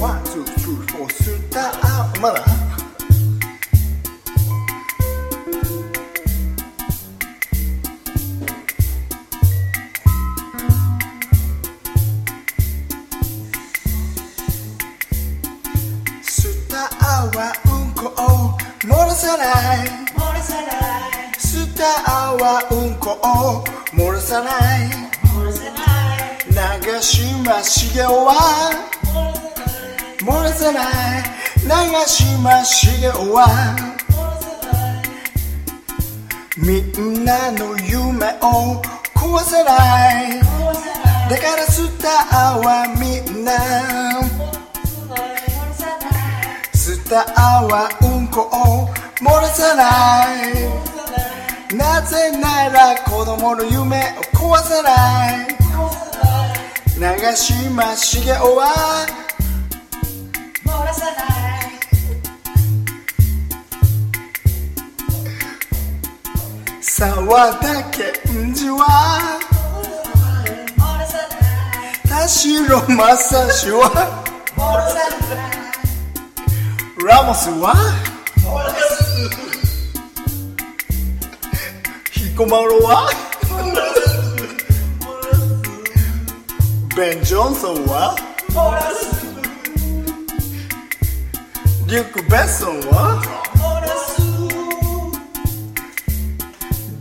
ワンツースリーフォースターまだスターはうんこを漏らさない漏らさないスターはうんこを漏らさない漏らさない長嶋茂雄は漏らさない漏らさない長嶋茂雄は漏らさないみんなの夢を壊さない漏らさないだからスターはみんな漏らさないスターはうんこを漏らさない漏らさないなぜなら子供の夢を壊さない漏らさない長嶋茂雄は漏らさない沢田研二は漏らさない田代正史は漏らさないラモスは漏らさない彦摩呂はベン・ジョンソンは漏らすリュック・ベッソンは漏らす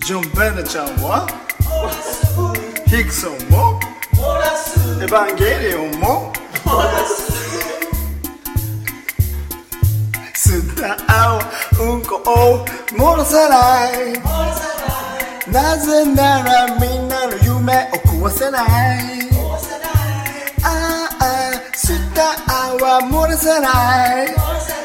ジョン・ベネちゃんは漏らすヒクソンも漏らすエヴァンゲリオンも漏らすスターをうんこを漏らさない漏らさないなぜならみんなの夢を壊さない漏らさないああスターは漏らさない漏らさ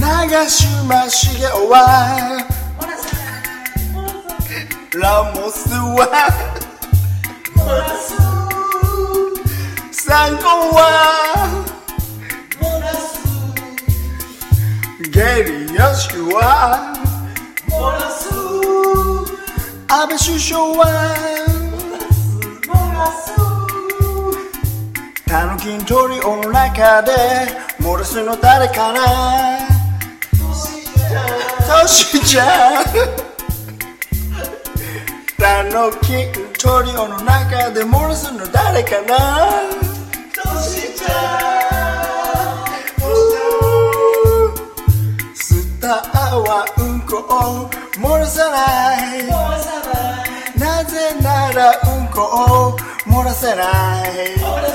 ない長嶋茂雄は漏らさない漏らさないラモスは漏らすサンコンは漏らすゲリヨシキは漏らす安倍首相は漏らすタヌキントリオの中で漏らすの誰かなトシちゃんタヌキントリオの中で漏らすの誰かなどうしちゃスターはうんこを漏らさない漏らさないなぜならうんこを漏らせない漏らさ